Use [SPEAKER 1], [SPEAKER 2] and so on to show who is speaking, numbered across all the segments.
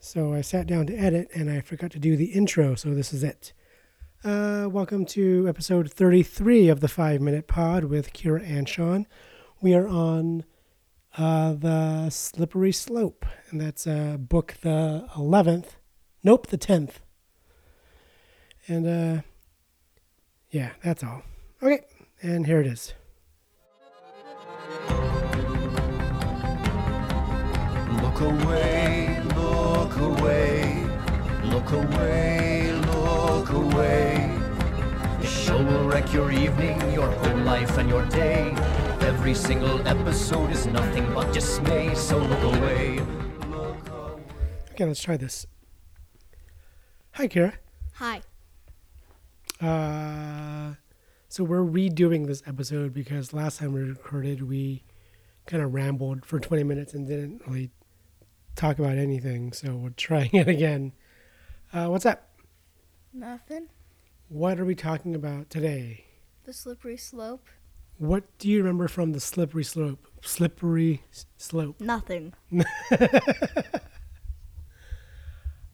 [SPEAKER 1] So I sat down to edit and I forgot to do the intro, so this is it. Uh, welcome to episode 33 of the Five Minute Pod with Kira and Sean. We are on uh, The Slippery Slope, and that's uh, book the 11th. Nope, the 10th. And uh, yeah, that's all. Okay, and here it is.
[SPEAKER 2] Look away, look away, look away, look away. This show will wreck your evening, your whole life, and your day. Every single episode is nothing but dismay, so look away.
[SPEAKER 1] Okay, let's try this. Hi, Kira.
[SPEAKER 3] Hi.
[SPEAKER 1] Uh, so we're redoing this episode because last time we recorded, we kind of rambled for 20 minutes and didn't really talk about anything. So we're trying it again. Uh, what's up?
[SPEAKER 3] Nothing.
[SPEAKER 1] What are we talking about today?
[SPEAKER 3] The slippery slope.
[SPEAKER 1] What do you remember from the slippery slope? Slippery s- slope.
[SPEAKER 3] Nothing.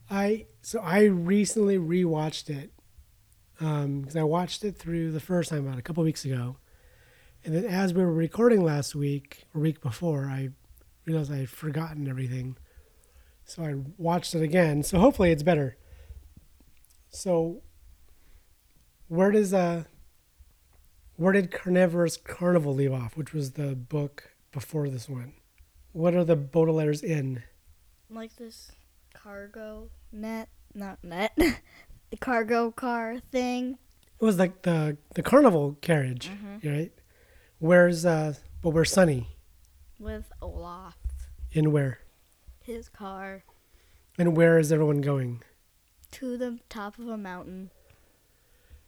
[SPEAKER 1] I so I recently rewatched it because I watched it through the first time about a couple weeks ago, and then as we were recording last week or week before, I realized I had forgotten everything, so I watched it again. So hopefully it's better. So where does uh where did Carnivorous Carnival leave off, which was the book before this one? What are the Baudelaire's in?
[SPEAKER 3] Like this cargo net, not net, the cargo car thing.
[SPEAKER 1] It was like the the carnival carriage, right? Where's uh but where's Sunny?
[SPEAKER 3] with Olaf.
[SPEAKER 1] In where?
[SPEAKER 3] His car
[SPEAKER 1] And where is everyone going?
[SPEAKER 3] to the top of a mountain.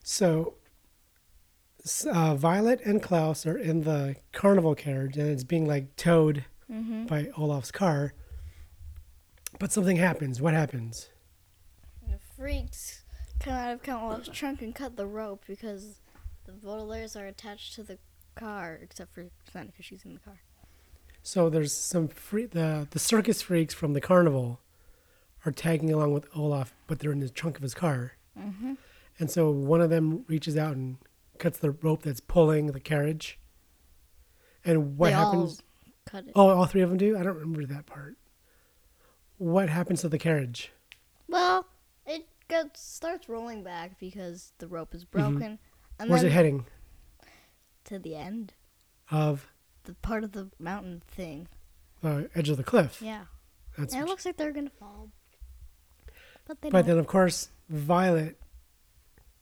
[SPEAKER 1] So s- uh, Violet and Klaus are in the carnival carriage and it's being like towed by Olaf's car. But something happens. What happens?
[SPEAKER 3] The freaks come out of Count Olaf's trunk and cut the rope because the Baudelaires are attached to the car, except for Sunny because she's in the car.
[SPEAKER 1] So there's some free the the circus freaks from the carnival are tagging along with Olaf, but they're in the trunk of his car.
[SPEAKER 3] Mm-hmm.
[SPEAKER 1] And so one of them reaches out and cuts the rope that's pulling the carriage. And what
[SPEAKER 3] They all
[SPEAKER 1] happens?
[SPEAKER 3] cut it.
[SPEAKER 1] Oh, all three of them do. I don't remember that part. What happens to the carriage?
[SPEAKER 3] Well, it goes, starts rolling back because the rope is broken. And
[SPEAKER 1] Where's Mm-hmm. it
[SPEAKER 3] then
[SPEAKER 1] heading?
[SPEAKER 3] to the end.
[SPEAKER 1] Of
[SPEAKER 3] the part of the mountain thing.
[SPEAKER 1] the edge of the cliff.
[SPEAKER 3] Yeah.
[SPEAKER 1] That's
[SPEAKER 3] and it
[SPEAKER 1] what
[SPEAKER 3] looks like they're gonna fall. But they
[SPEAKER 1] But
[SPEAKER 3] don't.
[SPEAKER 1] then, of course, Violet,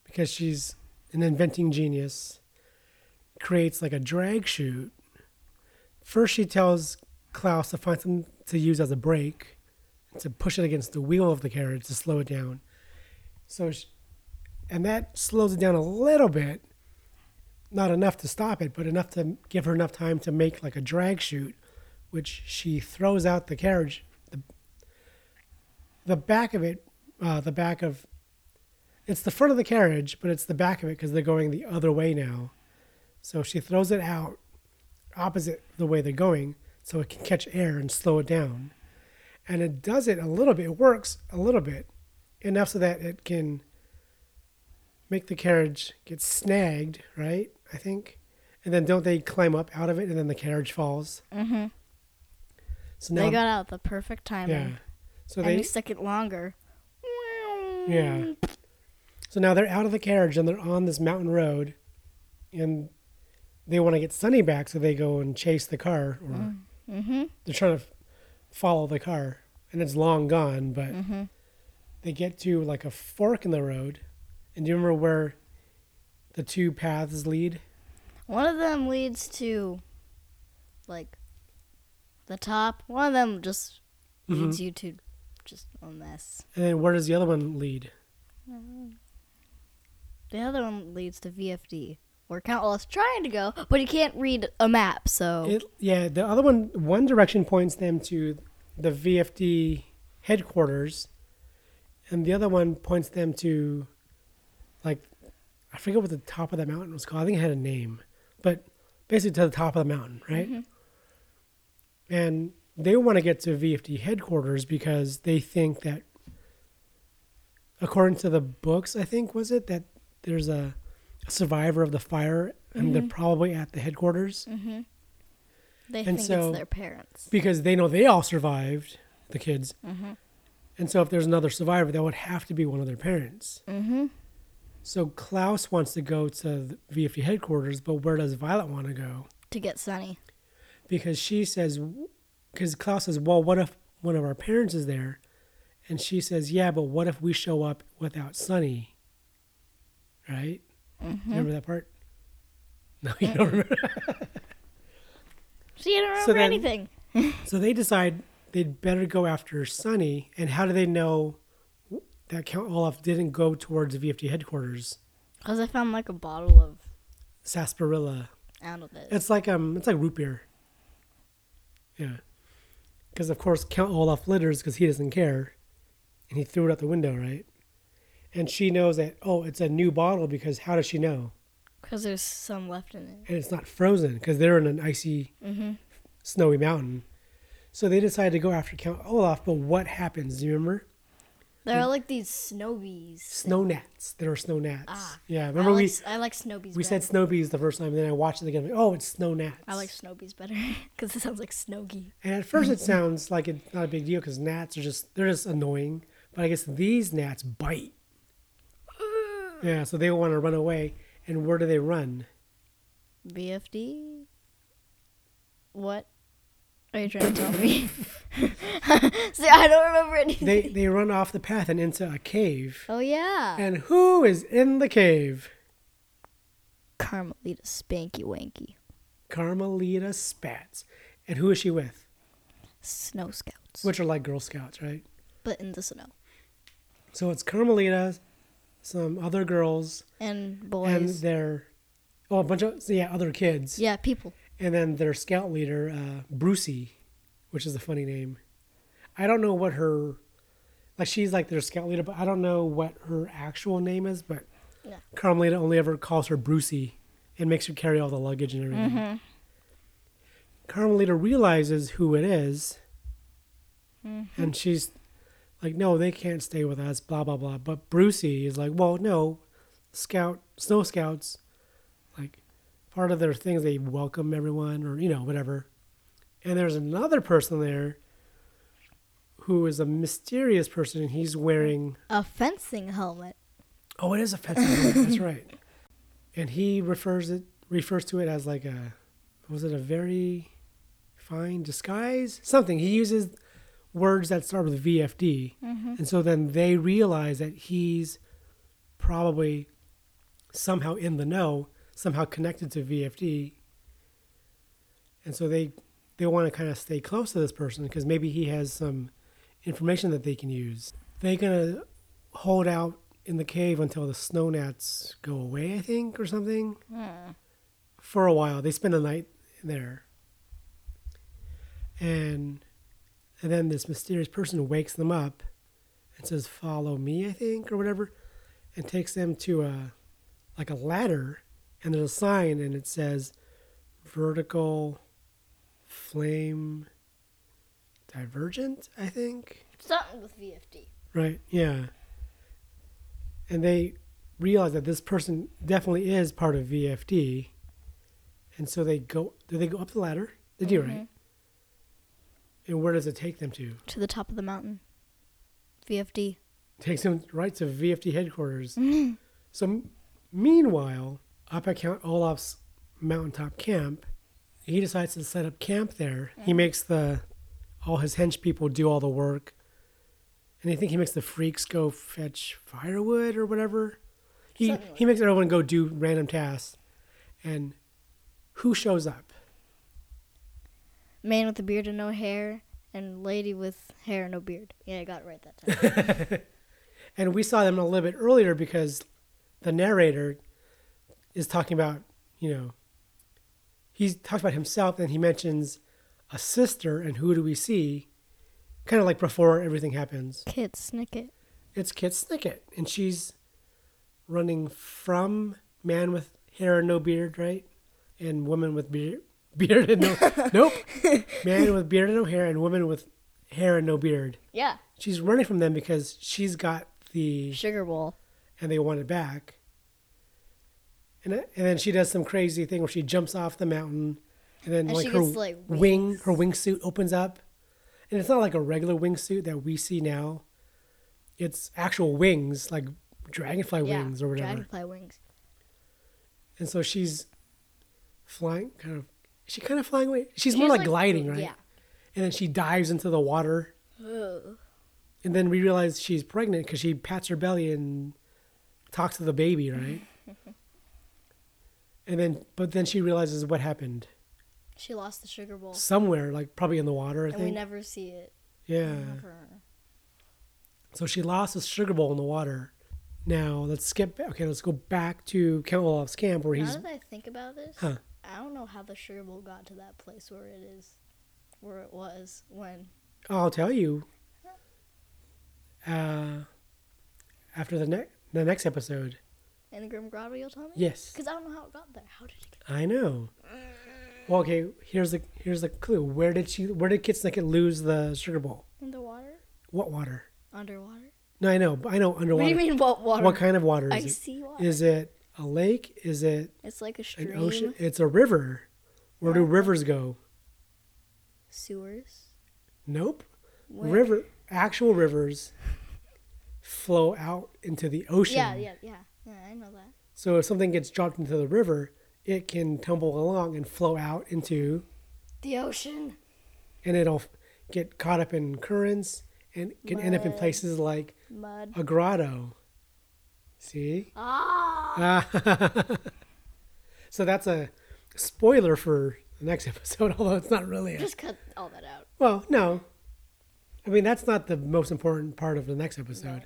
[SPEAKER 1] because she's an inventing genius, creates like a drag chute. First, she tells Klaus to find something to use as a brake to push it against the wheel of the carriage to slow it down. So, she, and that slows it down a little bit, not enough to stop it, but enough to give her enough time to make like a drag chute, which she throws out the carriage, the the back of it, uh, the back of, it's the front of the carriage, but it's the back of it because they're going the other way now. So she throws it out opposite the way they're going so it can catch air and slow it down. And it does it a little bit, it works a little bit, enough so that it can make the carriage get snagged, right? I think. And then don't they climb up out of it and then the carriage falls? Mm-hmm. So now,
[SPEAKER 3] they got out the perfect timing.
[SPEAKER 1] yeah. So
[SPEAKER 3] and
[SPEAKER 1] they
[SPEAKER 3] we stuck it longer.
[SPEAKER 1] Yeah. So now they're out of the carriage and they're on this mountain road, and they want to get Sunny back, so they go and chase the car, or
[SPEAKER 3] Mm-hmm.
[SPEAKER 1] they're trying to f- follow the car, and it's long gone. But they get to like a fork in the road, and do you remember where the two paths lead?
[SPEAKER 3] One of them leads to like the top. One of them just
[SPEAKER 1] Mm-hmm.
[SPEAKER 3] leads you to just a mess.
[SPEAKER 1] And then where does the other one lead?
[SPEAKER 3] The other one leads to VFD. Where Count Olaf's trying to go, but he can't read a map, so
[SPEAKER 1] It, yeah, the other one, one direction points them to the VFD headquarters, and the other one points them to, like, I forget what the top of that mountain was called. I think it had a name, but basically to the top of the mountain, right? And they want to get to VFD headquarters because they think that, according to the books, I think was it that there's a, a survivor of the fire and they're probably at the headquarters
[SPEAKER 3] They
[SPEAKER 1] And
[SPEAKER 3] think
[SPEAKER 1] so-
[SPEAKER 3] it's their parents.
[SPEAKER 1] because they know they all survived the kids, and so if there's another survivor, that would have to be one of their parents. So Klaus wants to go to the VFD headquarters, but where does Violet want to go?
[SPEAKER 3] To get Sunny.
[SPEAKER 1] because she says, because Klaus says, well, what if one of our parents is there? And she says, yeah, but what if we show up without Sunny? Right? Remember that part? No, you don't remember.
[SPEAKER 3] She didn't remember
[SPEAKER 1] So then-
[SPEAKER 3] anything.
[SPEAKER 1] so they decide they'd better go after Sunny. And how do they know that Count Olaf didn't go towards VFD headquarters?
[SPEAKER 3] Because I found like a bottle of
[SPEAKER 1] Sarsaparilla.
[SPEAKER 3] out of it.
[SPEAKER 1] It's like um, it's like root beer. Yeah, because of course Count Olaf litters because he doesn't care, and he threw it out the window, right? And she knows that oh, it's a new bottle because how does she know?
[SPEAKER 3] Because there's some left in it.
[SPEAKER 1] And it's not frozen because they're in an icy, snowy mountain. So they decide to go after Count Olaf, but what happens? Do you remember?
[SPEAKER 3] There are like these snowbies.
[SPEAKER 1] Snow gnats. There are snow gnats.
[SPEAKER 3] Ah.
[SPEAKER 1] yeah,
[SPEAKER 3] I
[SPEAKER 1] remember
[SPEAKER 3] like,
[SPEAKER 1] we
[SPEAKER 3] s- I like snowbies
[SPEAKER 1] we
[SPEAKER 3] better.
[SPEAKER 1] said snow bees the first time, and then I watched it again. like, oh, it's snow gnats.
[SPEAKER 3] I like snowbies better. Because it sounds like snowgy.
[SPEAKER 1] And at first, it sounds like it's not a big deal because gnats are just they're just annoying. But I guess these gnats bite. Yeah, so they want to run away. And where do they run?
[SPEAKER 3] BFD? What are you trying to tell me? See, I don't remember anything.
[SPEAKER 1] They they run off the path and into a cave.
[SPEAKER 3] oh, yeah.
[SPEAKER 1] And who is in the cave?
[SPEAKER 3] Carmelita Spanky Wanky.
[SPEAKER 1] Carmelita Spatz. And who is she with?
[SPEAKER 3] Snow Scouts.
[SPEAKER 1] Which are like Girl Scouts, right?
[SPEAKER 3] But in the snow.
[SPEAKER 1] So it's Carmelita, some other girls,
[SPEAKER 3] And
[SPEAKER 1] and
[SPEAKER 3] boys.
[SPEAKER 1] their oh a bunch of so yeah other kids,
[SPEAKER 3] yeah, people.
[SPEAKER 1] and then their scout leader uh, Brucey, which is a funny name. I don't know what her like she's like their scout leader, but I don't know what her actual name is. But
[SPEAKER 3] Yeah.
[SPEAKER 1] Carmelita only ever calls her Brucey and makes her carry all the luggage and everything. Carmelita realizes who it is, and she's like, "No, they can't stay with us." Blah blah blah. But Brucey is like, "Well, no, scout snow scouts, like part of their thing is they welcome everyone or you know whatever." And there's another person there who is a mysterious person, and he's wearing
[SPEAKER 3] A fencing helmet.
[SPEAKER 1] Oh, it is a fencing helmet. That's right. And he refers it refers to it as like a was it a very fine disguise? Something. He uses words that start with VFD, and so then they realize that he's probably somehow in the know, somehow connected to VFD, and so they they want to kind of stay close to this person because maybe he has some information that they can use. They're gonna hold out in the cave until the snow gnats go away, I think, or something. For a while, they spend the night there, and and then this mysterious person wakes them up and says, "Follow me," I think, or whatever, and takes them to a like a ladder, and there's a sign, and it says, "Vertical flame divergent," I think.
[SPEAKER 3] Something with VFD.
[SPEAKER 1] Right. Yeah. And they realize that this person definitely is part of VFD, and so they go. Do they go up the ladder? They do, right? And where does it take them to?
[SPEAKER 3] To the top of the mountain. VFD.
[SPEAKER 1] takes him right to VFD headquarters. so, m- meanwhile, up at Count Olaf's mountaintop camp, he decides to set up camp there. He makes the all his hench people do all the work, and I think he makes the freaks go fetch firewood or whatever. He he makes everyone go do random tasks, and who shows up?
[SPEAKER 3] Man with a beard and no hair. And lady with hair and no beard. Yeah, I got it right that time.
[SPEAKER 1] And we saw them a little bit earlier because the narrator is talking about, you know, he talks about himself and he mentions a sister and who do we see? Kind of like before everything happens.
[SPEAKER 3] Kid Snicket.
[SPEAKER 1] It's Kit Snicket and she's running from man with hair and no beard, right? And woman with beard, beard and no nope. Man with beard and no hair, and woman with hair and no beard.
[SPEAKER 3] Yeah.
[SPEAKER 1] She's running from them because she's got the
[SPEAKER 3] Sugar bowl.
[SPEAKER 1] and they want it back. And uh, and then she does some crazy thing where she jumps off the mountain, and then
[SPEAKER 3] And
[SPEAKER 1] like
[SPEAKER 3] she
[SPEAKER 1] her
[SPEAKER 3] gets, like,
[SPEAKER 1] wing her wingsuit opens up, and it's not like a regular wingsuit that we see now. It's actual wings, like dragonfly
[SPEAKER 3] Yeah.
[SPEAKER 1] wings or whatever.
[SPEAKER 3] Dragonfly wings.
[SPEAKER 1] And so she's flying, kind of. She kind of flying away. She's, more like, gliding, right?
[SPEAKER 3] Yeah.
[SPEAKER 1] And then she dives into the water.
[SPEAKER 3] Ugh.
[SPEAKER 1] And then we realize she's pregnant because she pats her belly and talks to the baby, right? and then, but then she realizes what happened
[SPEAKER 3] She lost the sugar bowl.
[SPEAKER 1] somewhere, like probably in the water, I
[SPEAKER 3] And we
[SPEAKER 1] think.
[SPEAKER 3] never see it.
[SPEAKER 1] yeah.
[SPEAKER 3] Ever.
[SPEAKER 1] So she lost the sugar bowl in the water. Now let's skip. Okay, let's go back to Count Olaf's camp where
[SPEAKER 3] Now
[SPEAKER 1] he's.
[SPEAKER 3] that I think about this,
[SPEAKER 1] Huh.
[SPEAKER 3] I don't know how the sugar bowl got to that place where it is, where it was when.
[SPEAKER 1] I'll tell you. Uh, after the next the next episode.
[SPEAKER 3] In the Grim Grotto, you'll tell me?
[SPEAKER 1] Yes.
[SPEAKER 3] Because I don't know how it got there. How did it get
[SPEAKER 1] I know. Well, okay. Here's the here's the clue. Where did she? Where did Kid Snicket lose the sugar bowl?
[SPEAKER 3] in the water?
[SPEAKER 1] What water?
[SPEAKER 3] Underwater?
[SPEAKER 1] No, I know. but I know underwater.
[SPEAKER 3] What do you mean, what water?
[SPEAKER 1] What kind of water is
[SPEAKER 3] I
[SPEAKER 1] it?
[SPEAKER 3] see water.
[SPEAKER 1] Is it a lake? Is it
[SPEAKER 3] It's like a
[SPEAKER 1] an
[SPEAKER 3] stream.
[SPEAKER 1] ocean? It's a river. Where do rivers go?
[SPEAKER 3] Sewers.
[SPEAKER 1] Nope.
[SPEAKER 3] Where-
[SPEAKER 1] River. Actual rivers flow out into the ocean.
[SPEAKER 3] Yeah, yeah, yeah. Yeah, I know that.
[SPEAKER 1] So if something gets dropped into the river, it can tumble along and flow out into
[SPEAKER 3] The ocean.
[SPEAKER 1] and it'll f- get caught up in currents and can end up in places like
[SPEAKER 3] Mud.
[SPEAKER 1] a grotto. See?
[SPEAKER 3] Ah!
[SPEAKER 1] Ah. so that's a spoiler for the next episode, although it's not really a.
[SPEAKER 3] Just cut all that out.
[SPEAKER 1] Well, no. I mean, that's not the most important part of the next episode.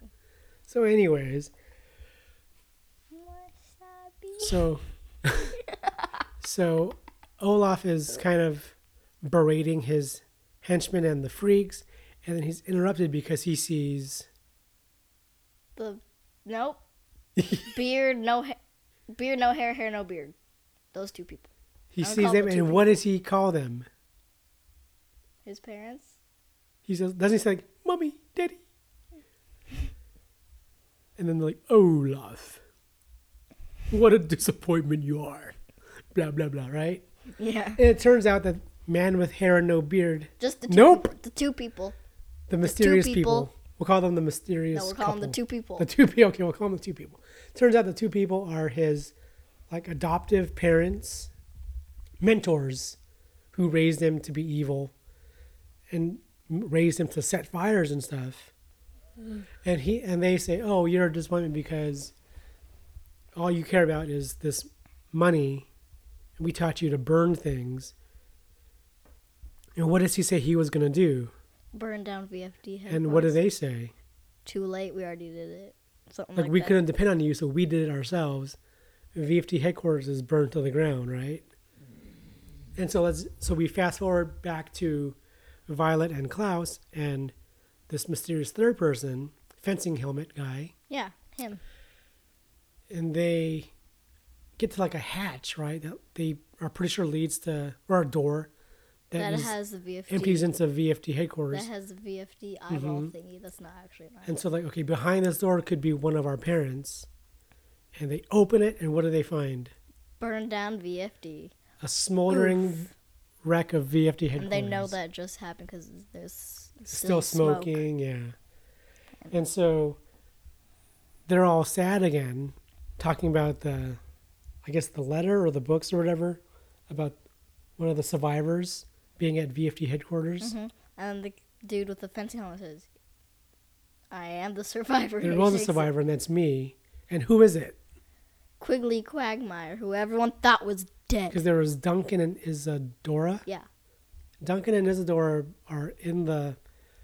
[SPEAKER 1] So, anyways,
[SPEAKER 3] Wasabi.
[SPEAKER 1] so. so Olaf is kind of berating his henchmen and the freaks, and then he's interrupted because he sees.
[SPEAKER 3] The nope. beard, no hair. Beard, no hair. Hair, no beard. Those two people.
[SPEAKER 1] He
[SPEAKER 3] I would
[SPEAKER 1] sees
[SPEAKER 3] call
[SPEAKER 1] them,
[SPEAKER 3] the
[SPEAKER 1] and
[SPEAKER 3] two
[SPEAKER 1] what does he call them?
[SPEAKER 3] His parents.
[SPEAKER 1] He says, doesn't he say like, "Mommy, Daddy," and then they're like, "Olaf, what a disappointment you are," blah blah blah, right?
[SPEAKER 3] Yeah.
[SPEAKER 1] And it turns out that man with hair and no beard,
[SPEAKER 3] Just the two
[SPEAKER 1] Nope.
[SPEAKER 3] People, the two people.
[SPEAKER 1] the mysterious people.
[SPEAKER 3] people.
[SPEAKER 1] we'll call them the mysterious.
[SPEAKER 3] No, we're calling them the
[SPEAKER 1] couple.
[SPEAKER 3] two people.
[SPEAKER 1] The two people. Okay, we'll call them the two people. Turns out the two people are his like adoptive parents, mentors, who raised him to be evil, and m- raised him to set fires and stuff.
[SPEAKER 3] Mm.
[SPEAKER 1] And he and they say, "Oh, you're a disappointment because all you care about is this money, and we taught you to burn things." And what does he say he was going to do?
[SPEAKER 3] Burn down VFD.
[SPEAKER 1] And what do
[SPEAKER 3] headquarters.
[SPEAKER 1] they say?
[SPEAKER 3] Too late. We already did it. Something
[SPEAKER 1] like,
[SPEAKER 3] like,
[SPEAKER 1] we
[SPEAKER 3] that.
[SPEAKER 1] couldn't depend on you, so we did it ourselves. VFT headquarters is burned to the ground, right? And so let's so we fast forward back to Violet and Klaus and this mysterious third person fencing helmet guy,
[SPEAKER 3] Yeah, him.
[SPEAKER 1] and they get to like a hatch, right? That they are pretty sure leads to or a door that,
[SPEAKER 3] That
[SPEAKER 1] is-
[SPEAKER 3] has the VFD.
[SPEAKER 1] empties into VFT headquarters.
[SPEAKER 3] That has the VFD eyeball thingy. That's not actually an eyeball.
[SPEAKER 1] Mm-hmm. And so, like, okay, behind this door could be one of our parents. And they open it, and what do they find?
[SPEAKER 3] Burn down VFD.
[SPEAKER 1] A smoldering wreck of VFD headquarters.
[SPEAKER 3] And they know that just happened because there's
[SPEAKER 1] Still
[SPEAKER 3] smoke.
[SPEAKER 1] smoking, yeah. And so they're all sad again, talking about the, I guess, the letter or the books or whatever about one of the survivors being at VFD headquarters.
[SPEAKER 3] Mm-hmm. And the dude with the fencing helmet says, "I am the survivor."
[SPEAKER 1] There
[SPEAKER 3] He
[SPEAKER 1] was a
[SPEAKER 3] takes it.
[SPEAKER 1] survivor, and that's me. And who is it?
[SPEAKER 3] Quigley Quagmire, who everyone thought was dead.
[SPEAKER 1] Because there was Duncan and Isadora.
[SPEAKER 3] Yeah,
[SPEAKER 1] Duncan and Isadora are in the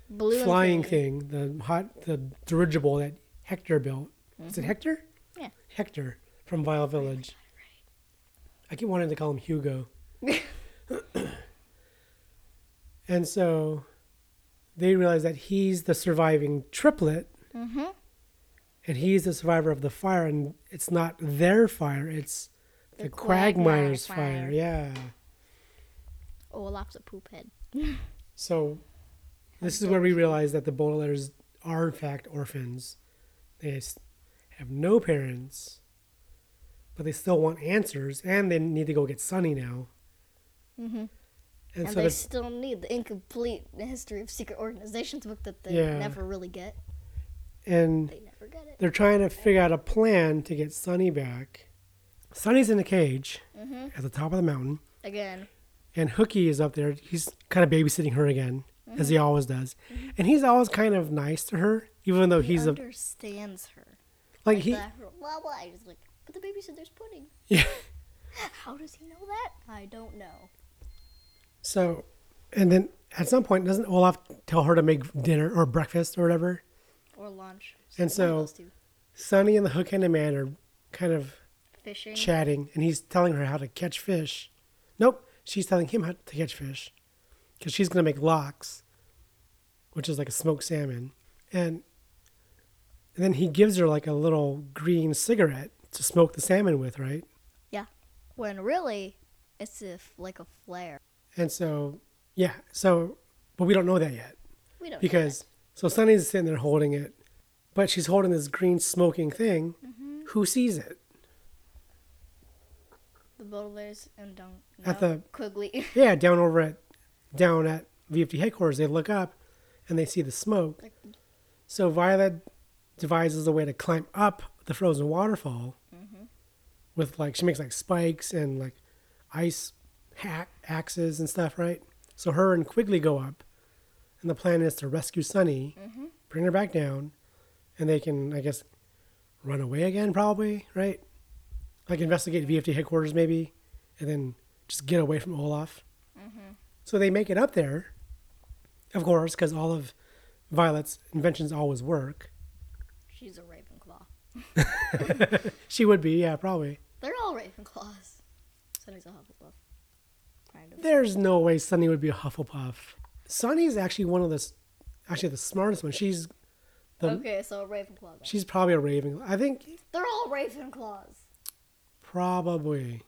[SPEAKER 3] blue
[SPEAKER 1] flying
[SPEAKER 3] and green.
[SPEAKER 1] thing, the hot, the dirigible that Hector built. Is it Hector?
[SPEAKER 3] Mm-hmm. Yeah.
[SPEAKER 1] Hector from Vile Village. I keep wanting to call him Hugo. and so they realize that he's the surviving triplet.
[SPEAKER 3] Mm-hmm.
[SPEAKER 1] And he's the survivor of the fire, and it's not their fire, it's the, Quagmire's
[SPEAKER 3] Quagmire
[SPEAKER 1] fire. Yeah.
[SPEAKER 3] Olaf's Oh, a poop head.
[SPEAKER 1] So, this is where we realize that the Baudelaires are, in fact, orphans. They s- have no parents, but they still want answers, and they need to go get Sunny now. Mm-hmm. And,
[SPEAKER 3] And
[SPEAKER 1] so,
[SPEAKER 3] they
[SPEAKER 1] the,
[SPEAKER 3] still need the incomplete history of secret organizations book that they
[SPEAKER 1] Yeah.
[SPEAKER 3] never really get.
[SPEAKER 1] and
[SPEAKER 3] They never get it.
[SPEAKER 1] they're trying to figure out a plan to get Sunny back. Sunny's in a cage at the top of the mountain,
[SPEAKER 3] Again,
[SPEAKER 1] and Hooky is up there. He's kind of babysitting her again, as he always does, and he's always kind of nice to her, even though
[SPEAKER 3] he
[SPEAKER 1] he's a
[SPEAKER 3] understands her.
[SPEAKER 1] like he.
[SPEAKER 3] Blah, blah, blah. He's like, but the baby said there's pudding.
[SPEAKER 1] Yeah.
[SPEAKER 3] How does he know that? I don't know.
[SPEAKER 1] So, and then at some point, doesn't Olaf tell her to make dinner or breakfast or whatever?
[SPEAKER 3] Or lunch.
[SPEAKER 1] And
[SPEAKER 3] One of
[SPEAKER 1] so-
[SPEAKER 3] those two.
[SPEAKER 1] Sonny and the hook handed man are kind of
[SPEAKER 3] fishing.
[SPEAKER 1] chatting, and he's telling her how to catch fish. Nope, she's telling him how to catch fish because she's going to make lox, which is like a smoked salmon. And, and then he gives her like a little green cigarette to smoke the salmon with, right?
[SPEAKER 3] yeah. When really, it's if like a flare.
[SPEAKER 1] And so, yeah, so, but we don't know that yet.
[SPEAKER 3] We don't. know
[SPEAKER 1] because so Sunny's sitting there holding it, but she's holding this green smoking thing. Who sees it?
[SPEAKER 3] that. the Baudelaire's and don't.
[SPEAKER 1] At
[SPEAKER 3] no,
[SPEAKER 1] the-
[SPEAKER 3] Quigley.
[SPEAKER 1] Yeah, down over at down at VFD headquarters, they look up and they see the smoke.
[SPEAKER 3] Like-
[SPEAKER 1] So Violet devises a way to climb up the frozen waterfall with like she makes like spikes and like ice hack axes and stuff, right? So her and Quigley go up, and the plan is to rescue Sunny, bring her back down, and they can, I guess, run away again, probably, right? Like investigate VFD headquarters maybe, and then just get away from Olaf. So they make it up there, of course, because all of Violet's inventions always work.
[SPEAKER 3] She's a Ravenclaw.
[SPEAKER 1] She would be, yeah, probably.
[SPEAKER 3] They're all Ravenclaws. Sunny's a Hufflepuff. Kind of.
[SPEAKER 1] There's no way Sunny would be a Hufflepuff. Sunny's actually one of the, s- actually the smartest one. She's, the
[SPEAKER 3] Okay, so Ravenclaw. Then.
[SPEAKER 1] she's probably a Raven. I think
[SPEAKER 3] They're all Ravenclaws.
[SPEAKER 1] probably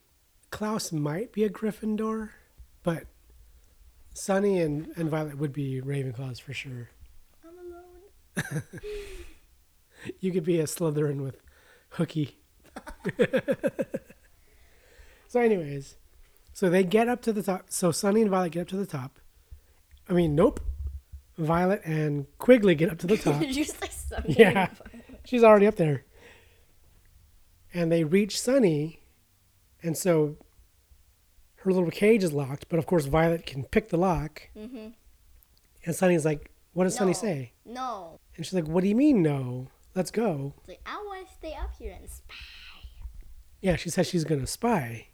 [SPEAKER 1] Klaus might be a Gryffindor, but Sunny and, and Violet would be Ravenclaws for sure.
[SPEAKER 3] I'm alone.
[SPEAKER 1] You could be a Slytherin with Hooky. so, anyways, so they get up to the top. So Sunny and Violet get up to the top. I mean, nope. Violet and Quigley get up to the top.
[SPEAKER 3] Did you say something?
[SPEAKER 1] yeah, she's already up there. And they reach Sunny, and so her little cage is locked. But of course, Violet can pick the lock. Mm-hmm. And Sunny's like, "What does Sunny
[SPEAKER 3] No.
[SPEAKER 1] say?"
[SPEAKER 3] No.
[SPEAKER 1] And she's like, "What do you mean, no? Let's go."
[SPEAKER 3] It's like, I want to stay up here and spy.
[SPEAKER 1] Yeah, she says she's gonna spy.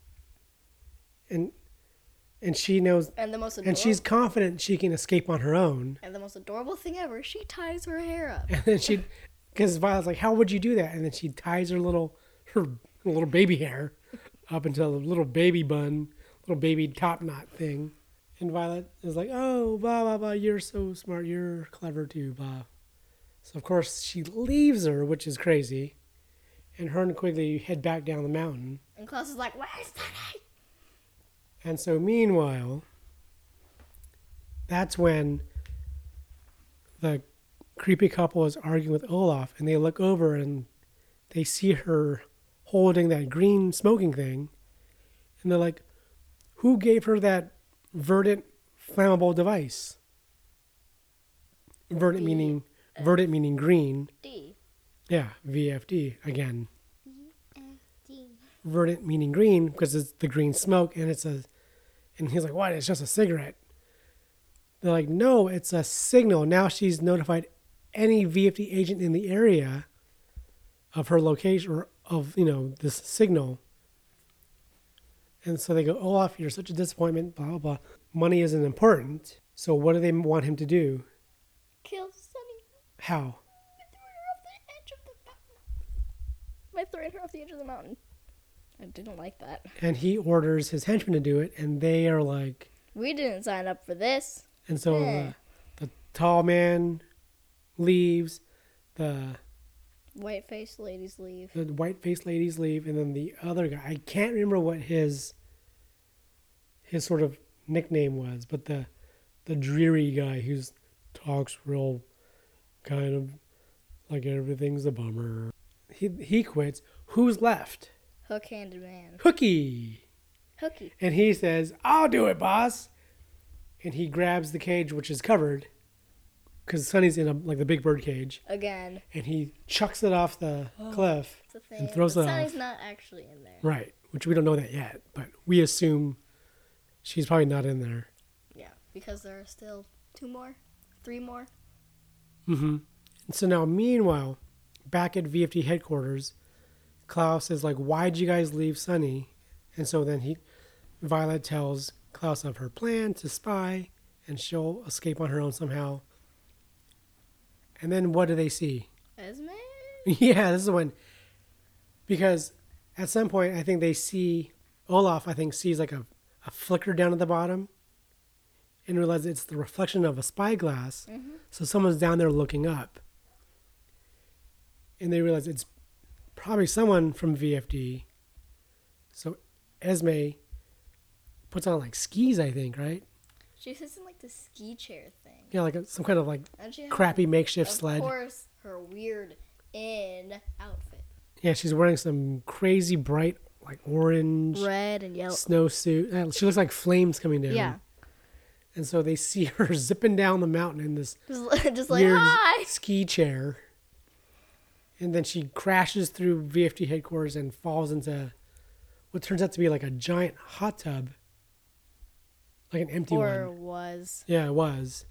[SPEAKER 1] And and she knows
[SPEAKER 3] And the most adorable.
[SPEAKER 1] and she's confident she can escape on her own.
[SPEAKER 3] And the most adorable thing ever, she ties her hair up.
[SPEAKER 1] And then she because Violet's like, How would you do that? And then she ties her little her little baby hair up into a little baby bun, little baby top knot thing. And Violet is like, Oh, blah blah blah, you're so smart, you're clever too, blah. So of course she leaves her, which is crazy. And her and Quigley head back down the mountain.
[SPEAKER 3] And Klaus is like, Where's Sunny?
[SPEAKER 1] And so, meanwhile, that's when the creepy couple is arguing with Olaf, and they look over and they see her holding that green smoking thing, and they're like, "Who gave her that verdant, flammable device?" Verdant meaning verdant meaning green.
[SPEAKER 3] D.
[SPEAKER 1] Yeah, VFD again.
[SPEAKER 3] D.
[SPEAKER 1] verdant meaning green because it's the green smoke and it's a and he's like what it's just a cigarette they're like no it's a signal now she's notified any vfd agent in the area of her location or of you know this signal and so they go "Oh, olaf you're such a disappointment blah blah blah money isn't important so what do they want him to do
[SPEAKER 3] Kill Sunny.
[SPEAKER 1] how
[SPEAKER 3] I threw her off the edge of the mountain. I threw her off the edge of the mountain. I didn't like that.
[SPEAKER 1] and he orders his henchmen to do it and they are like
[SPEAKER 3] We didn't sign up for this.
[SPEAKER 1] And so
[SPEAKER 3] Yeah.
[SPEAKER 1] the, the tall man leaves, the,
[SPEAKER 3] White faced ladies leave.
[SPEAKER 1] the white faced ladies leave, and then the other guy I can't remember what his his sort of nickname was, but the the dreary guy who talks real kind of like everything's a bummer. He he quits. Who's left?
[SPEAKER 3] Hook handed man.
[SPEAKER 1] Hookie.
[SPEAKER 3] Hooky.
[SPEAKER 1] And he says, "I'll do it, boss." And he grabs the cage which is covered cuz Sonny's in a like the big bird cage
[SPEAKER 3] Again.
[SPEAKER 1] and he chucks it off the cliff
[SPEAKER 3] Oh, It's a thing.
[SPEAKER 1] and throws
[SPEAKER 3] but
[SPEAKER 1] it off.
[SPEAKER 3] Sunny's not actually in there.
[SPEAKER 1] Right, which we don't know that yet, but we assume she's probably not in there.
[SPEAKER 3] Yeah. Because there are still two more? Three more?
[SPEAKER 1] And so now, meanwhile, back at VFD headquarters, Klaus is like, "Why'd you guys leave Sunny?" And so then he, Violet tells Klaus of her plan to spy, and she'll escape on her own somehow. And then what do they see?
[SPEAKER 3] Esme?
[SPEAKER 1] yeah, this is when because at some point I think they see Olaf. I think sees like a, a flicker down at the bottom, and realizes it's the reflection of a spyglass.
[SPEAKER 3] Mm-hmm.
[SPEAKER 1] So someone's down there looking up, and they realize it's probably someone from VFD. So Esme puts on like skis, I think, right?
[SPEAKER 3] She sits in like the ski chair thing.
[SPEAKER 1] Yeah, like a, some kind of like
[SPEAKER 3] And she has,
[SPEAKER 1] crappy makeshift
[SPEAKER 3] of
[SPEAKER 1] sled.
[SPEAKER 3] course, her weird in outfit.
[SPEAKER 1] Yeah, she's wearing some crazy bright like orange.
[SPEAKER 3] Red and yellow.
[SPEAKER 1] snowsuit. Uh, She looks like flames coming down.
[SPEAKER 3] Oh. Yeah.
[SPEAKER 1] And so they see her zipping down the mountain in this
[SPEAKER 3] Just, just like,
[SPEAKER 1] weird
[SPEAKER 3] hi!
[SPEAKER 1] ski chair. And then she crashes through VFD headquarters and falls into what turns out to be like a giant hot tub. Like an empty
[SPEAKER 3] Or
[SPEAKER 1] one.
[SPEAKER 3] was.
[SPEAKER 1] Yeah, it was.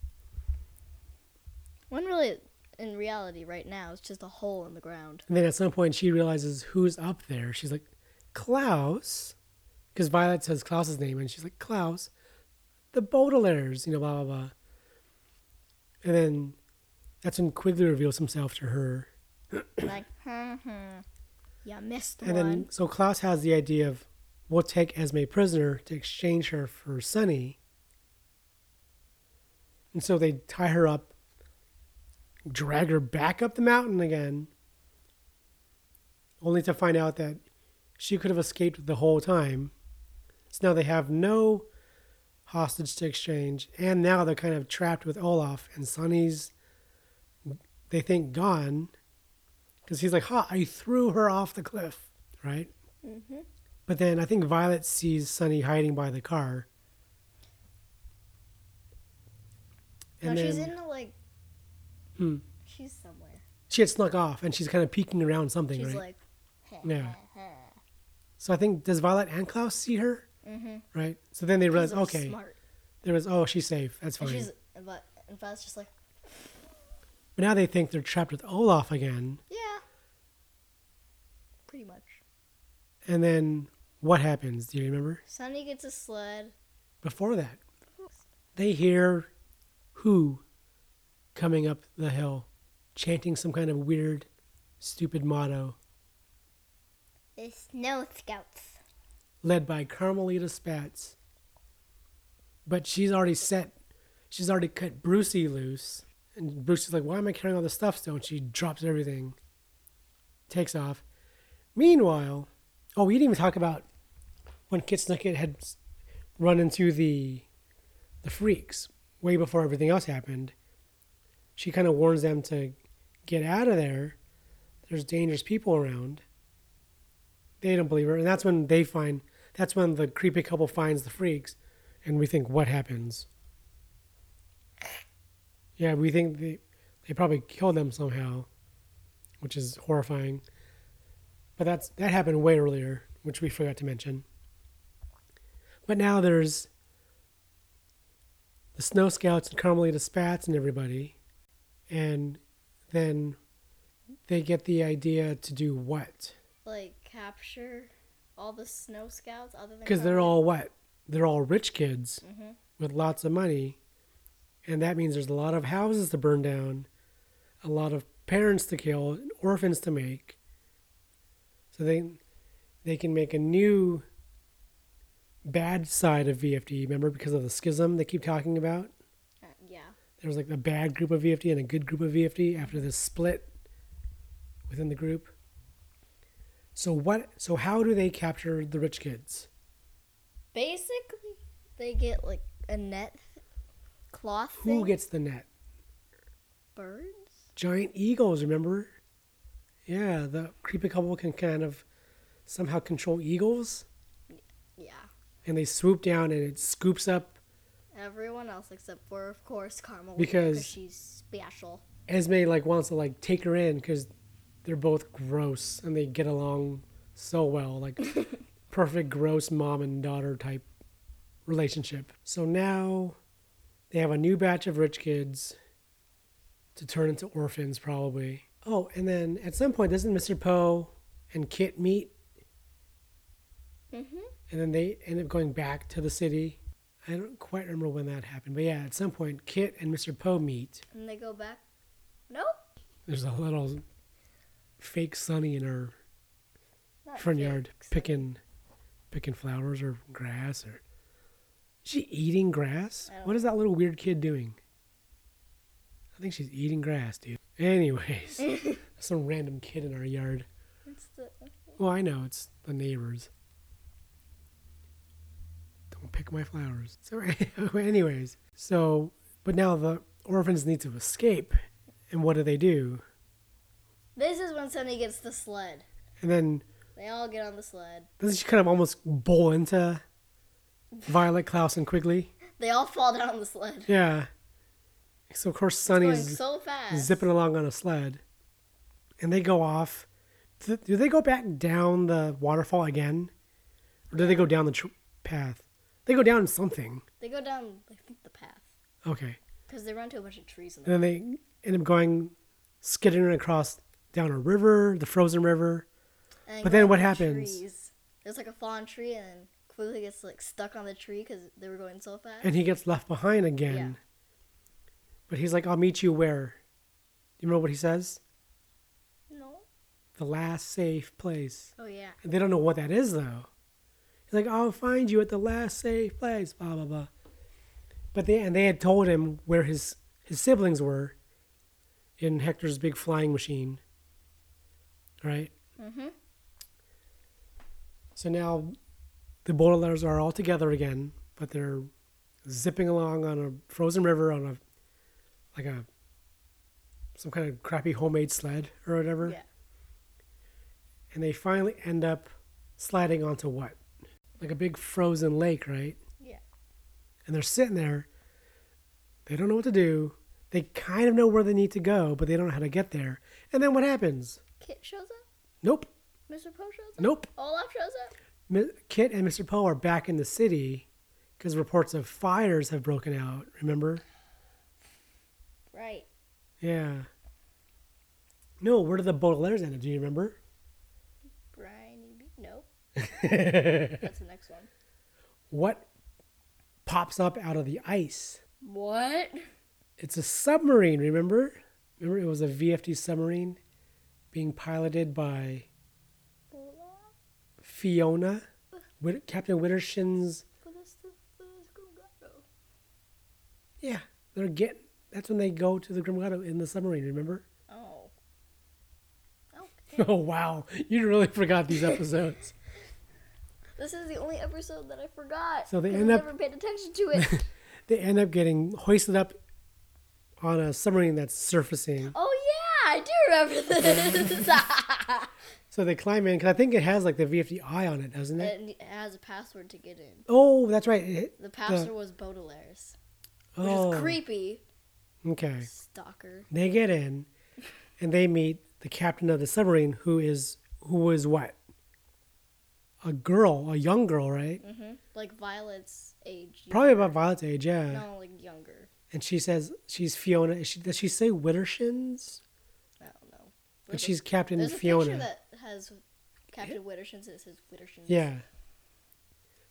[SPEAKER 3] When really, in reality, right now, it's just a hole in the ground.
[SPEAKER 1] And then at some point she realizes who's up there. She's like, Klaus. Because Violet says Klaus's name and she's like, Klaus, the Baudelaires, you know, blah, blah, blah. And then that's when Quigley reveals himself to her.
[SPEAKER 3] like, hmm, hmm. You missed
[SPEAKER 1] And
[SPEAKER 3] one.
[SPEAKER 1] then, so Klaus has the idea of we'll take Esme prisoner to exchange her for Sunny. And so they tie her up, drag her back up the mountain again, only to find out that she could have escaped the whole time. So now they have no hostage to exchange, and now they're kind of trapped with Olaf, and Sunny's, they think, gone because he's like, "Ha! I threw her off the cliff," right?
[SPEAKER 3] Mm-hmm.
[SPEAKER 1] But then I think Violet sees Sunny hiding by the car.
[SPEAKER 3] no,
[SPEAKER 1] And then
[SPEAKER 3] Oh, she's in the, like.
[SPEAKER 1] Hmm.
[SPEAKER 3] She's somewhere.
[SPEAKER 1] she had snuck off, and she's kind of peeking around something,
[SPEAKER 3] She's
[SPEAKER 1] right?
[SPEAKER 3] like, "Heh,
[SPEAKER 1] Yeah.
[SPEAKER 3] heh, heh."
[SPEAKER 1] so I think does Violet and Klaus see her? Mm-hmm. Right. So then they realize,
[SPEAKER 3] She's like
[SPEAKER 1] okay,
[SPEAKER 3] smart.
[SPEAKER 1] there was oh she's safe. That's
[SPEAKER 3] And
[SPEAKER 1] fine.
[SPEAKER 3] she's, but and Violet's just like,
[SPEAKER 1] But now they think they're trapped with Olaf again.
[SPEAKER 3] yeah, pretty much.
[SPEAKER 1] And then what happens? Do you remember?
[SPEAKER 3] Sunny gets a sled.
[SPEAKER 1] Before that, they hear who coming up the hill chanting some kind of weird, stupid motto
[SPEAKER 3] The snow scouts.
[SPEAKER 1] led by Carmelita Spatz. But she's already set, she's already cut Brucey loose. And Brucey's like, Why am I carrying all this stuff still? And she drops everything, takes off. Meanwhile, oh, we didn't even talk about when Kit Snucket had s- run into the the freaks way before everything else happened. She kind of warns them to get out of there. There's dangerous people around. They don't believe her, and that's when they find. That's when the creepy couple finds the freaks, and we think, what happens? Yeah, we think they they probably killed them somehow, which is horrifying. But that's that happened way earlier, which we forgot to mention. But now there's the Snow Scouts and Carmelita Spats and everybody. And then they get the idea to do what?
[SPEAKER 3] Like capture all the snow scouts other than
[SPEAKER 1] Because they're
[SPEAKER 3] Carmelita.
[SPEAKER 1] all what? They're all rich kids with lots of money. And that means there's a lot of houses to burn down, a lot of parents to kill, and orphans to make. So they they can make a new bad side of VFD, remember, because of the schism they keep talking about?
[SPEAKER 3] Uh, yeah.
[SPEAKER 1] there was like a bad group of VFD and a good group of VFD after this split within the group. So what? So how do they capture the rich kids?
[SPEAKER 3] Basically, They get like a net cloth thing.
[SPEAKER 1] Who gets the net?
[SPEAKER 3] birds?
[SPEAKER 1] Giant eagles, remember? Yeah, the creepy couple can kind of somehow control eagles,
[SPEAKER 3] Yeah.
[SPEAKER 1] and they swoop down and it scoops up
[SPEAKER 3] Everyone else except for, of course, Carmel.
[SPEAKER 1] Because-
[SPEAKER 3] she's special.
[SPEAKER 1] Esme like wants to like take her in because they're both gross and they get along so well, like perfect gross mom and daughter type relationship. So now they have a new batch of rich kids to turn into orphans, probably. Oh, and then at some point, doesn't Mr. Poe and Kit meet?
[SPEAKER 3] Mm-hmm.
[SPEAKER 1] And then they end up going back to the city. I don't quite remember when that happened, but yeah, at some point, Kit and Mr. Poe meet.
[SPEAKER 3] And they go back. No,
[SPEAKER 1] There's a little fake Sunny in our
[SPEAKER 3] not
[SPEAKER 1] front
[SPEAKER 3] fake.
[SPEAKER 1] yard picking picking flowers or grass or is she eating grass?
[SPEAKER 3] I don't
[SPEAKER 1] What is that little weird kid doing? I think she's eating grass, dude. Anyways, some random kid in our yard.
[SPEAKER 3] It's the
[SPEAKER 1] Well, I know it's the neighbors. Don't pick my flowers. So, anyways, so but now the orphans need to escape, and what do they do?
[SPEAKER 3] This is when Sunny gets the sled.
[SPEAKER 1] And then
[SPEAKER 3] They all get on the sled.
[SPEAKER 1] doesn't she kind of almost bowl into Violet Klaus and Quigley?
[SPEAKER 3] They all fall down the sled.
[SPEAKER 1] Yeah. So of course Sunny
[SPEAKER 3] Going
[SPEAKER 1] is
[SPEAKER 3] so fast.
[SPEAKER 1] zipping along on a sled, and they go off. Do do they go back down the waterfall again, or do they go down the tr- path? They go down something.
[SPEAKER 3] They go down, I think, the path.
[SPEAKER 1] Okay,
[SPEAKER 3] Because they run to a bunch of trees in there.
[SPEAKER 1] and then they end up going skidding across down a river, the frozen river.
[SPEAKER 3] And
[SPEAKER 1] But
[SPEAKER 3] go
[SPEAKER 1] then
[SPEAKER 3] down
[SPEAKER 1] what
[SPEAKER 3] the
[SPEAKER 1] happens?
[SPEAKER 3] trees. There's like a fallen tree, and then Quigley gets like stuck on the tree because they were going so fast.
[SPEAKER 1] and he gets left behind again. But he's like, I'll meet you where? You remember what he says?
[SPEAKER 3] no.
[SPEAKER 1] The last safe place.
[SPEAKER 3] Oh yeah.
[SPEAKER 1] And they don't know what that is though. He's like, I'll find you at the last safe place, blah blah blah. But they and they had told him where his his siblings were in Hector's big flying machine. Right? Mm-hmm. So now the Baudelaires are all together again, but they're zipping along on a frozen river on a like a some kind of crappy homemade sled or whatever
[SPEAKER 3] Yeah.
[SPEAKER 1] and they finally end up sliding onto what? Like a big frozen lake, right?
[SPEAKER 3] Yeah.
[SPEAKER 1] And they're sitting there. They don't know what to do. They kind of know where they need to go, but they don't know how to get there. And then what happens?
[SPEAKER 3] Kit shows up.
[SPEAKER 1] Nope.
[SPEAKER 3] Mr. Poe shows up.
[SPEAKER 1] Nope.
[SPEAKER 3] Olaf shows up.
[SPEAKER 1] Mi- Kit and Mr. Poe are back in the city because reports of fires have broken out, remember?
[SPEAKER 3] Right.
[SPEAKER 1] Yeah. No, where did the Baudelaires end up? Do you remember?
[SPEAKER 3] Brian, you be nope. That's the next one.
[SPEAKER 1] What pops up out of the ice?
[SPEAKER 3] What?
[SPEAKER 1] it's a submarine remember remember it was a vft submarine being piloted by
[SPEAKER 3] Olaf,
[SPEAKER 1] fiona Wit- captain wittershin's
[SPEAKER 3] but that's the but that's Gungado.
[SPEAKER 1] yeah they're getting that's when they go to the Grimgotto in the submarine remember
[SPEAKER 3] Oh. Okay.
[SPEAKER 1] oh wow you really forgot these episodes
[SPEAKER 3] This is the only episode that I forgot.
[SPEAKER 1] So they
[SPEAKER 3] 'cause
[SPEAKER 1] end
[SPEAKER 3] I
[SPEAKER 1] up-
[SPEAKER 3] never paid attention to it.
[SPEAKER 1] they end up getting hoisted up on a submarine that's surfacing
[SPEAKER 3] oh yeah, I do remember this.
[SPEAKER 1] so they climb in because i think it has like the vfdi on it doesn't it
[SPEAKER 3] and it has a password to get in.
[SPEAKER 1] oh that's right it,
[SPEAKER 3] The password was Baudelaire's, which
[SPEAKER 1] oh
[SPEAKER 3] is creepy.
[SPEAKER 1] okay
[SPEAKER 3] Stalker.
[SPEAKER 1] They get in, and they meet the captain of the submarine, who is who is what? A girl, a young girl, right?
[SPEAKER 3] Mm-hmm. Like Violet's age. you
[SPEAKER 1] Probably about Violet's age, yeah.
[SPEAKER 3] know, like younger.
[SPEAKER 1] And she says she's Fiona. Is she, does she say Wittershins?
[SPEAKER 3] I don't know.
[SPEAKER 1] But she's Captain
[SPEAKER 3] There's a
[SPEAKER 1] Fiona.
[SPEAKER 3] picture that has Captain Wittershins and it says Wittershins.
[SPEAKER 1] yeah.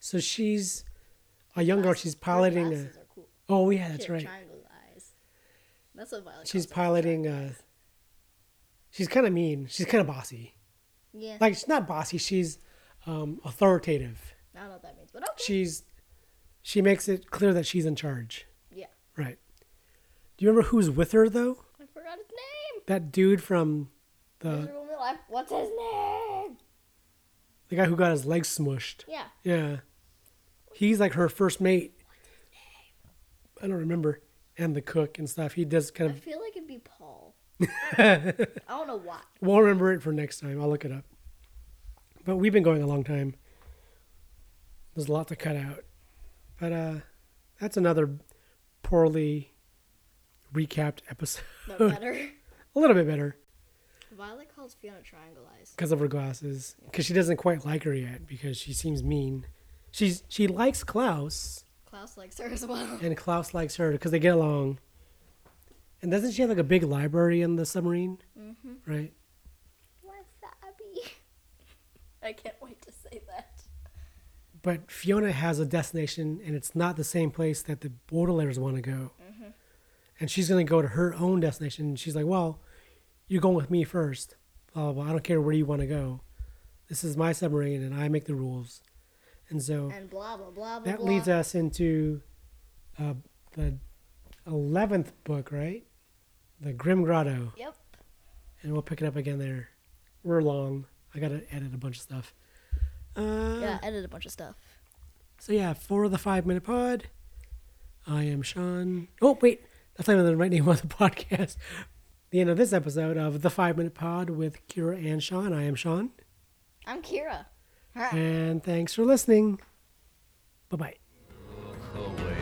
[SPEAKER 1] So she's a young girl. She's piloting a.
[SPEAKER 3] Glasses are cool.
[SPEAKER 1] Oh yeah, that's
[SPEAKER 3] She had
[SPEAKER 1] right.
[SPEAKER 3] Triangle eyes. That's what Violet.
[SPEAKER 1] She's
[SPEAKER 3] calls them,
[SPEAKER 1] piloting
[SPEAKER 3] triangle
[SPEAKER 1] a.
[SPEAKER 3] eyes.
[SPEAKER 1] She's kind of mean. She's kind of bossy.
[SPEAKER 3] Yeah,
[SPEAKER 1] Like she's not bossy. She's um, authoritative.
[SPEAKER 3] I don't know what that means, but okay.
[SPEAKER 1] she's she makes it clear that she's in charge.
[SPEAKER 3] yeah,
[SPEAKER 1] Right. Do you remember who's with her though?
[SPEAKER 3] I forgot his name.
[SPEAKER 1] That dude from the
[SPEAKER 3] Miserable Mill- I- What's his name?
[SPEAKER 1] the guy who got his legs smushed.
[SPEAKER 3] Yeah,
[SPEAKER 1] Yeah. He's like her first mate I don't remember. And the cook and stuff. He does kind
[SPEAKER 3] I
[SPEAKER 1] of
[SPEAKER 3] feel like it'd be Paul. I don't know why.
[SPEAKER 1] We'll remember it for next time. I'll look it up. But we've been going a long time. There's a lot to cut out. But uh that's another poorly recapped episode.
[SPEAKER 3] No better.
[SPEAKER 1] a little bit better
[SPEAKER 3] Violet calls Fiona triangle eyes.
[SPEAKER 1] because of her glasses. Because she doesn't quite like her yet because she seems mean. She's she likes Klaus
[SPEAKER 3] Klaus likes her as well.
[SPEAKER 1] and Klaus likes her because they get along. And doesn't she have like a big library in the submarine? Mm-hmm. Right.
[SPEAKER 3] Wasabi. I can't wait to say that.
[SPEAKER 1] but Fiona has a destination, and it's not the same place that the borderlanders want to go. And she's going to go to her own destination. And she's like, "Well, you're going with me first. Blah, blah, blah. I don't care where you want to go. This is my submarine, and I make the rules." And so
[SPEAKER 3] And blah blah blah blah.
[SPEAKER 1] that
[SPEAKER 3] blah.
[SPEAKER 1] leads us into uh, the eleventh book, right? The Grim Grotto,
[SPEAKER 3] Yep.
[SPEAKER 1] and we'll pick it up again there. We're long. I got to edit a bunch of stuff. Uh,
[SPEAKER 3] Yeah, I did a bunch of stuff.
[SPEAKER 1] So yeah, for the five minute pod, I am Sean. Oh wait, that's not even the right name of the podcast. The end of this episode of the five minute pod with Kira and Sean. I am Sean,
[SPEAKER 3] I'm Kira.
[SPEAKER 1] and thanks for listening. Bye bye.
[SPEAKER 2] Look away,